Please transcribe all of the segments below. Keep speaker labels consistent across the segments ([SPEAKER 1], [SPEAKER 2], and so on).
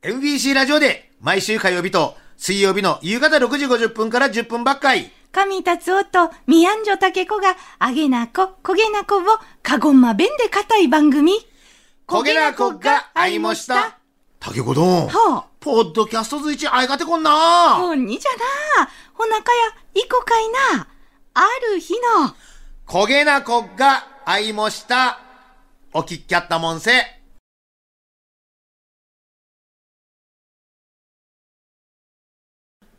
[SPEAKER 1] MBC ラジオで毎週火曜日と水曜日の夕方6時50分から10分ばっかり。
[SPEAKER 2] 神達夫とミヤンジョタケコが、あげなこ、こげなこを、かごんま弁で固い番組。
[SPEAKER 1] 焦げなこが会いました。竹子どん。
[SPEAKER 2] ほ
[SPEAKER 1] ポッドキャストずいち会いがてこんな
[SPEAKER 2] う、ほんにじゃな。ほなかや、いこかいな。ある日の、
[SPEAKER 1] 焦げなこが会いました。お聞きやったもんせ。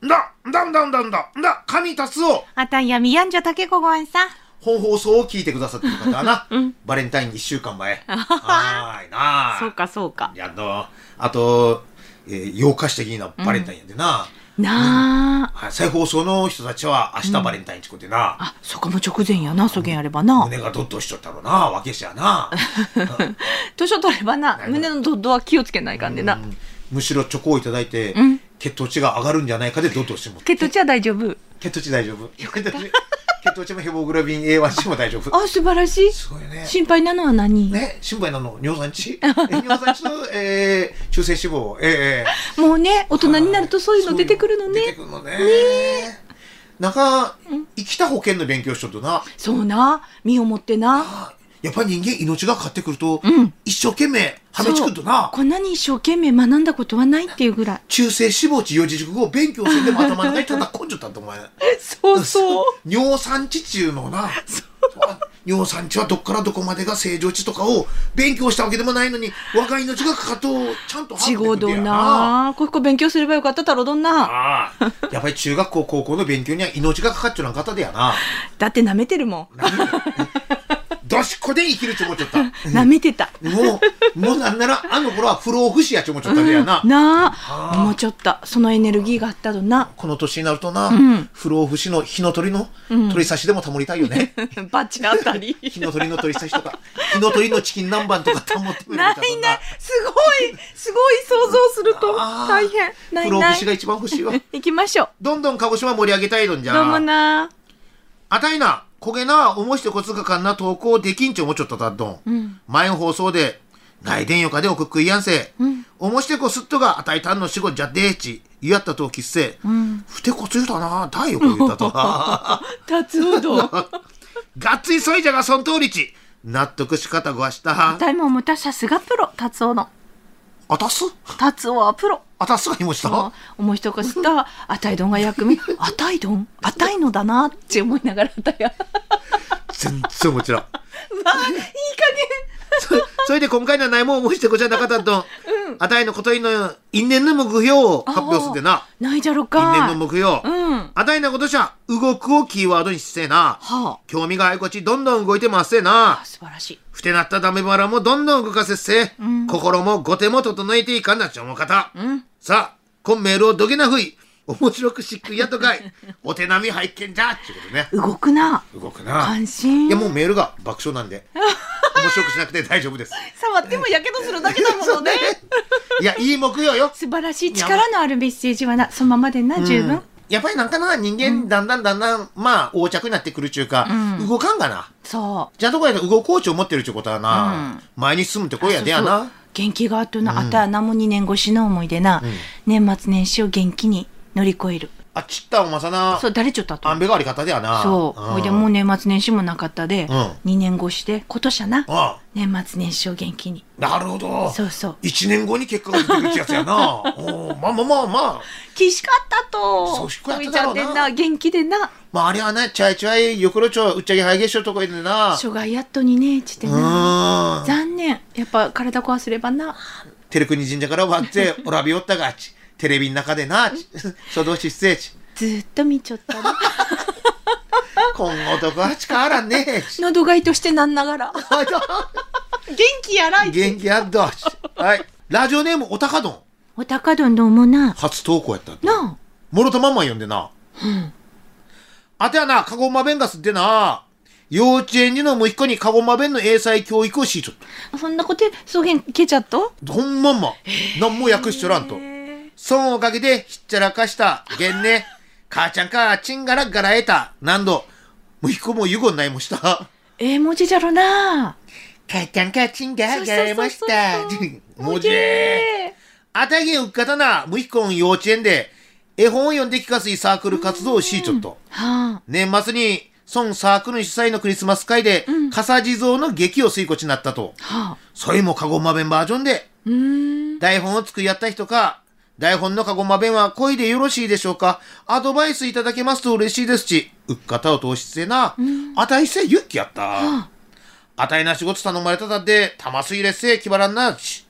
[SPEAKER 1] んだ、んだんだんだんだ、んだ、神達夫。
[SPEAKER 2] あたんやミヤンジョタケコごわんさ。
[SPEAKER 1] 本放送を聞いてくださってる方は な、バレンタイン1週間 前。はーいなあ
[SPEAKER 2] そうかそうか。
[SPEAKER 1] やっと、あと、えー、8日していいな、バレンタインやでな。
[SPEAKER 2] なあ。
[SPEAKER 1] はい、再放送の人たちは明日バレンタインちこでな。
[SPEAKER 2] あ、そこも直前やな、そげんあればな。
[SPEAKER 1] 胸がドッとしちゃったろうな、わけしやな。
[SPEAKER 2] 図書取ればな
[SPEAKER 1] な、いな
[SPEAKER 2] 胸のドッドは気をつけないかんでな。
[SPEAKER 1] むしろチョコをいただいて、
[SPEAKER 2] うん
[SPEAKER 1] 血糖値が上がるんじゃないかでドッとしても。
[SPEAKER 2] 血糖値は大丈夫。
[SPEAKER 1] 血糖値大丈夫。血糖値もヘモグラビン A1C も大丈夫。
[SPEAKER 2] あ、素晴らしい。
[SPEAKER 1] すごいね。
[SPEAKER 2] 心配なのは何、
[SPEAKER 1] ね、心配なの、尿酸 値え尿酸値の、えー、中性脂肪。ええ
[SPEAKER 2] もうね、大人になるとそういうの出てくるの
[SPEAKER 1] 出て
[SPEAKER 2] ね。
[SPEAKER 1] くるのね。なんか、生きた保険の勉強しとるとな、
[SPEAKER 2] そうな、身をもってな。
[SPEAKER 1] やっぱり人間命がかかってくると、
[SPEAKER 2] ん
[SPEAKER 1] 一生懸命はめちくるとな、
[SPEAKER 2] こんなに一生懸命学んだことはないっていうぐらい。
[SPEAKER 1] 中性脂肪値四字熟語を勉強せんでも頭の中に ただ根性たんとお前。。
[SPEAKER 2] そう
[SPEAKER 1] 尿酸値っちゅうのをな。尿酸値はどっからどこまでが正常値とかを勉強したわけでもないのに、若い命がかかとをちゃんと
[SPEAKER 2] ち
[SPEAKER 1] 把握
[SPEAKER 2] ご
[SPEAKER 1] できて
[SPEAKER 2] ど
[SPEAKER 1] るんだよ
[SPEAKER 2] な。ここ勉強すればよかった太郎どんな。
[SPEAKER 1] ああ。やっぱり中学校、高校の勉強には命がかかっちゃうな方でやな。
[SPEAKER 2] だって舐めてるもん。
[SPEAKER 1] どしっこで生きるちょもちょった。も
[SPEAKER 2] 舐めてた。
[SPEAKER 1] う、もうなんなら、あの頃は不老不死やちょもちょったでやな。
[SPEAKER 2] なあ
[SPEAKER 1] あ。ー
[SPEAKER 2] もうちょっと、そのエネルギーがあったどな。
[SPEAKER 1] この年になるとな、
[SPEAKER 2] ん
[SPEAKER 1] 不老不死の火の鳥の鳥刺しでもたもりたいよ ね。
[SPEAKER 2] バチあた り。
[SPEAKER 1] 火の鳥の鳥刺しとか、火の鳥のチキン南蛮とかたもってくれ
[SPEAKER 2] ないない。すごい、すごい想像すると
[SPEAKER 1] あー
[SPEAKER 2] 大変。ない
[SPEAKER 1] 不老
[SPEAKER 2] な
[SPEAKER 1] 不死が
[SPEAKER 2] い。
[SPEAKER 1] 一番欲しいわ。
[SPEAKER 2] 行きましょう。
[SPEAKER 1] どんどん鹿児島盛り上げたいのんじゃ。
[SPEAKER 2] どう もな。
[SPEAKER 1] あたいな、焦げな、思いしてこつかかんな投稿できんちょもちょっとたっどん。
[SPEAKER 2] うん。
[SPEAKER 1] 前の放送で、外伝よかでおくっくいやんせ。
[SPEAKER 2] うん。
[SPEAKER 1] おもしてこすっとがあたいたんの死後じゃでーち、言やったときっせ。
[SPEAKER 2] うん。
[SPEAKER 1] ふてこつゆだな、だいよこ言ったと。
[SPEAKER 2] 達 夫ど。
[SPEAKER 1] がっついそいじゃがそん通りち。納得しかたごわした。
[SPEAKER 2] 大門もたさすがプロ、達夫の。
[SPEAKER 1] あたす
[SPEAKER 2] 達夫はプロ。
[SPEAKER 1] あたすがいました
[SPEAKER 2] 思い一こした、あたいどんが役目、あたいどん、あたいのだなって思いながら、あ たいは。
[SPEAKER 1] 全然もちろん。
[SPEAKER 2] まあ、いい加減。
[SPEAKER 1] そそれで今回のはないもん思いしてこじゃなかったんと。あたいのこといの因縁の目標を発表するでな。
[SPEAKER 2] ないじゃろ
[SPEAKER 1] 因縁の
[SPEAKER 2] か。
[SPEAKER 1] 目標。
[SPEAKER 2] うん。は
[SPEAKER 1] あたいのことじゃ、動くをキーワードにしせえな。
[SPEAKER 2] あ。
[SPEAKER 1] 興味があいこちどんどん動いてますせえな
[SPEAKER 2] あ。素晴らしい。
[SPEAKER 1] ふてなったダメバラもどんどん動かせっせ。
[SPEAKER 2] ん
[SPEAKER 1] 心もごても整えていかんなっち思う方。
[SPEAKER 2] うん。
[SPEAKER 1] さあ、こんメールをどげなふい。面白くしっくりやっと かい。お手並み拝見じゃってことね。
[SPEAKER 2] 動くな。
[SPEAKER 1] 動くな。
[SPEAKER 2] 安心。
[SPEAKER 1] いや、もうメールが爆笑なんで。面白くしなくて大丈夫です。
[SPEAKER 2] 触ってもやけどするだけだも のね。
[SPEAKER 1] いや、いい木曜よ。
[SPEAKER 2] 素晴らしい力のあるメッセージはな、そのままでな、十
[SPEAKER 1] う
[SPEAKER 2] 分
[SPEAKER 1] ん。やっぱりなんかな、人間、だんだんだんだん、まあ、横着になってくるちゅうか、
[SPEAKER 2] うん
[SPEAKER 1] 動かんがな。
[SPEAKER 2] そ
[SPEAKER 1] じゃあどこやと動こうち思ってるちゅうことはな、前に進むってこ
[SPEAKER 2] う。
[SPEAKER 1] いやでやな。
[SPEAKER 2] そうそう元気があっとな、あたは何も2年越しの思い出な、年末年始を元気に乗り越える。
[SPEAKER 1] あ、ちったおまさな
[SPEAKER 2] そ、う、誰ちょっとあと
[SPEAKER 1] あん。べがあり方でやな。
[SPEAKER 2] そう。ほいでもう年末年始もなかったで、
[SPEAKER 1] うん
[SPEAKER 2] 2年越しで、今年やな。
[SPEAKER 1] あ
[SPEAKER 2] 年末年始を元気に。
[SPEAKER 1] あ、なるほど。
[SPEAKER 2] そうそう。
[SPEAKER 1] 一年後に結果が出てくるってやつやな。 おうまあまあまあまあ。
[SPEAKER 2] 厳しかったと。
[SPEAKER 1] そうしっこやった
[SPEAKER 2] ち
[SPEAKER 1] だ
[SPEAKER 2] ゃ
[SPEAKER 1] ろ
[SPEAKER 2] ん
[SPEAKER 1] うな
[SPEAKER 2] でな、元気でな。
[SPEAKER 1] まああれはね、ちゃいちゃい、よくろちょ、うっちゃけハイゲッショとこいでな。
[SPEAKER 2] 諸外やっとにね、ちって
[SPEAKER 1] う
[SPEAKER 2] な。
[SPEAKER 1] ーん。
[SPEAKER 2] 残念。やっぱ体壊すればな。
[SPEAKER 1] テルクニ神社から割って、おらびおったがち。テレビん中でな、ち。そどし失礼ち。
[SPEAKER 2] ずーっと見ちょったな。
[SPEAKER 1] 今後とかはち変わらんねえち。
[SPEAKER 2] 喉がいとしてなんながら。
[SPEAKER 1] はい
[SPEAKER 2] 元気やらい
[SPEAKER 1] 元気やっどち。はい。ラジオネームおたかどん。
[SPEAKER 2] おたかどんどうもな。
[SPEAKER 1] 初投稿やったって。
[SPEAKER 2] な
[SPEAKER 1] もろとまんま呼んでな。あてはな、カゴマ弁がすってな。幼稚園児の息子にカゴマ弁の英才教育をしいちょっ
[SPEAKER 2] あ。そんなこと、そうへん、けちゃっと
[SPEAKER 1] と。ほんまんま。なんも訳しちょらんと。損をかけてひっちゃらかした。げんね。母ちゃんか、ちんがらがらえた。何度。息子もゆごんないもした。
[SPEAKER 2] ええ文字じゃろな。
[SPEAKER 1] 母ちゃんか、ちんがらがらえまし
[SPEAKER 2] そう
[SPEAKER 1] た
[SPEAKER 2] そうそう。そう
[SPEAKER 1] もじー。あたげんうっかたな、むひこん幼稚園で、絵本を読んで聞かすいサークル活動をし、ちょっと。
[SPEAKER 2] はあ。
[SPEAKER 1] 年末に、孫サークル主催のクリスマス会で、
[SPEAKER 2] うん
[SPEAKER 1] 笠地蔵の劇を吸いこちになったと。
[SPEAKER 2] はあ。
[SPEAKER 1] それもカゴマ弁バージョンで、
[SPEAKER 2] うーん。
[SPEAKER 1] 台本を作りやった人か、台本のカゴマ弁は恋でよろしいでしょうかアドバイスいただけますと嬉しいですし、うっかたを通しつえな、あたいせゆっきやった。
[SPEAKER 2] あ
[SPEAKER 1] あたいな仕事頼まれただって、たますいれっせえ気ばらんなし。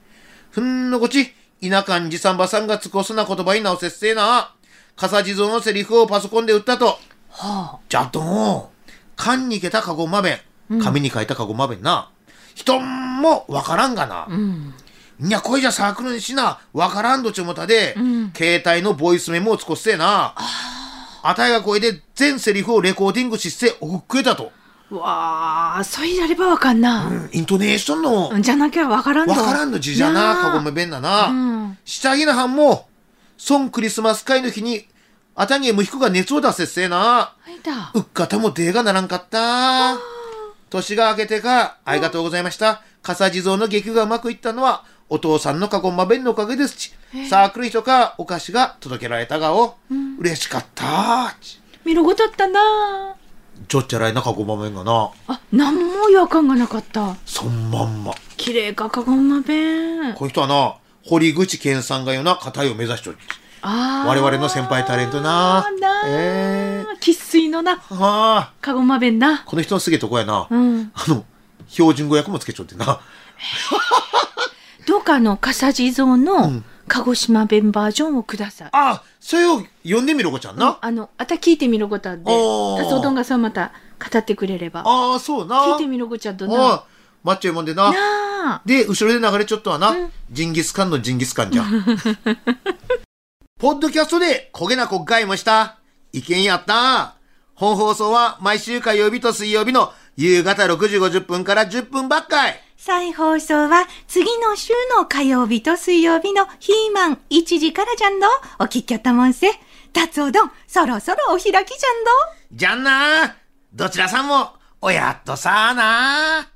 [SPEAKER 1] ふんのこち、田舎んじさんばさんがつこすな言葉に直せっせえな。かさ地蔵のセリフをパソコンで打ったと。
[SPEAKER 2] はあ。
[SPEAKER 1] じゃっとん、缶にけたカゴまべん。紙に書いたカゴまべんな。人もわからんがな。
[SPEAKER 2] うん。
[SPEAKER 1] いや、こいじゃサークルにしな、わからんどちゅうもたで、
[SPEAKER 2] ん
[SPEAKER 1] 携帯のボイスメモをつこっせえな。あたいがこれで全セリフをレコーディングしっせ、おくっくえたと。
[SPEAKER 2] わあ、そういなればわかんな。
[SPEAKER 1] イントネーションの、わ
[SPEAKER 2] じゃなきゃわからんの。
[SPEAKER 1] からんの字じゃな、
[SPEAKER 2] あ
[SPEAKER 1] かごめべんなな。
[SPEAKER 2] うん。
[SPEAKER 1] 下着なはんも、孫クリスマス会の日に、あたげむひこが熱を出せっせえな。
[SPEAKER 2] はいだ。
[SPEAKER 1] うっかたも手がならんかった。年が明けてか、ありがとうございました。笠地蔵の劇がうまくいったのは、お父さんの過去まべんのおかげですち。サークル人かお菓子が届けられたがを、嬉しかったち。
[SPEAKER 2] 見るごとったな。
[SPEAKER 1] ちょっちゃらいな過去まべんがな。
[SPEAKER 2] あ、なんも違和感がなかった。
[SPEAKER 1] そんまんま。
[SPEAKER 2] 綺麗かかごんまべん。
[SPEAKER 1] こういう人はな、堀口健さんがような方を目指しとるち。
[SPEAKER 2] あー
[SPEAKER 1] 我々の先輩タレントな
[SPEAKER 2] あーな
[SPEAKER 1] え
[SPEAKER 2] 生粋のな、
[SPEAKER 1] はあ、
[SPEAKER 2] かごまべんな。
[SPEAKER 1] この人のすげえとこやな。
[SPEAKER 2] うん。
[SPEAKER 1] あの、標準語訳もつけちゃってな。
[SPEAKER 2] どうかあの、笠地蔵
[SPEAKER 1] う
[SPEAKER 2] の
[SPEAKER 1] ん
[SPEAKER 2] 鹿児島弁バージョンをください。
[SPEAKER 1] あ、それを読んでみろ、こちゃんな。
[SPEAKER 2] あの、あた聞いてみるごたんで、
[SPEAKER 1] おー
[SPEAKER 2] あそうどんがさんまた語ってくれれば。
[SPEAKER 1] ああ、そうな。
[SPEAKER 2] 聞いてみるごちゃんとな。
[SPEAKER 1] おい
[SPEAKER 2] な
[SPEAKER 1] マッチョいもんでな。
[SPEAKER 2] あ。
[SPEAKER 1] で、後ろで流れちょっとはな、
[SPEAKER 2] うん
[SPEAKER 1] ジンギスカンのジンギスカンじゃ ん。ポッドキャストで焦げな国会もした。意見やった。本放送は毎週火曜日と水曜日の夕方6時50分から10分ばっかい。
[SPEAKER 2] 再放送は次の週の火曜日と水曜日のヒーマン1時からじゃんど。お聞きやったもんせ。達おどん、そろそろお開きじゃんど。
[SPEAKER 1] じゃんなどちらさんも、おやっとさあな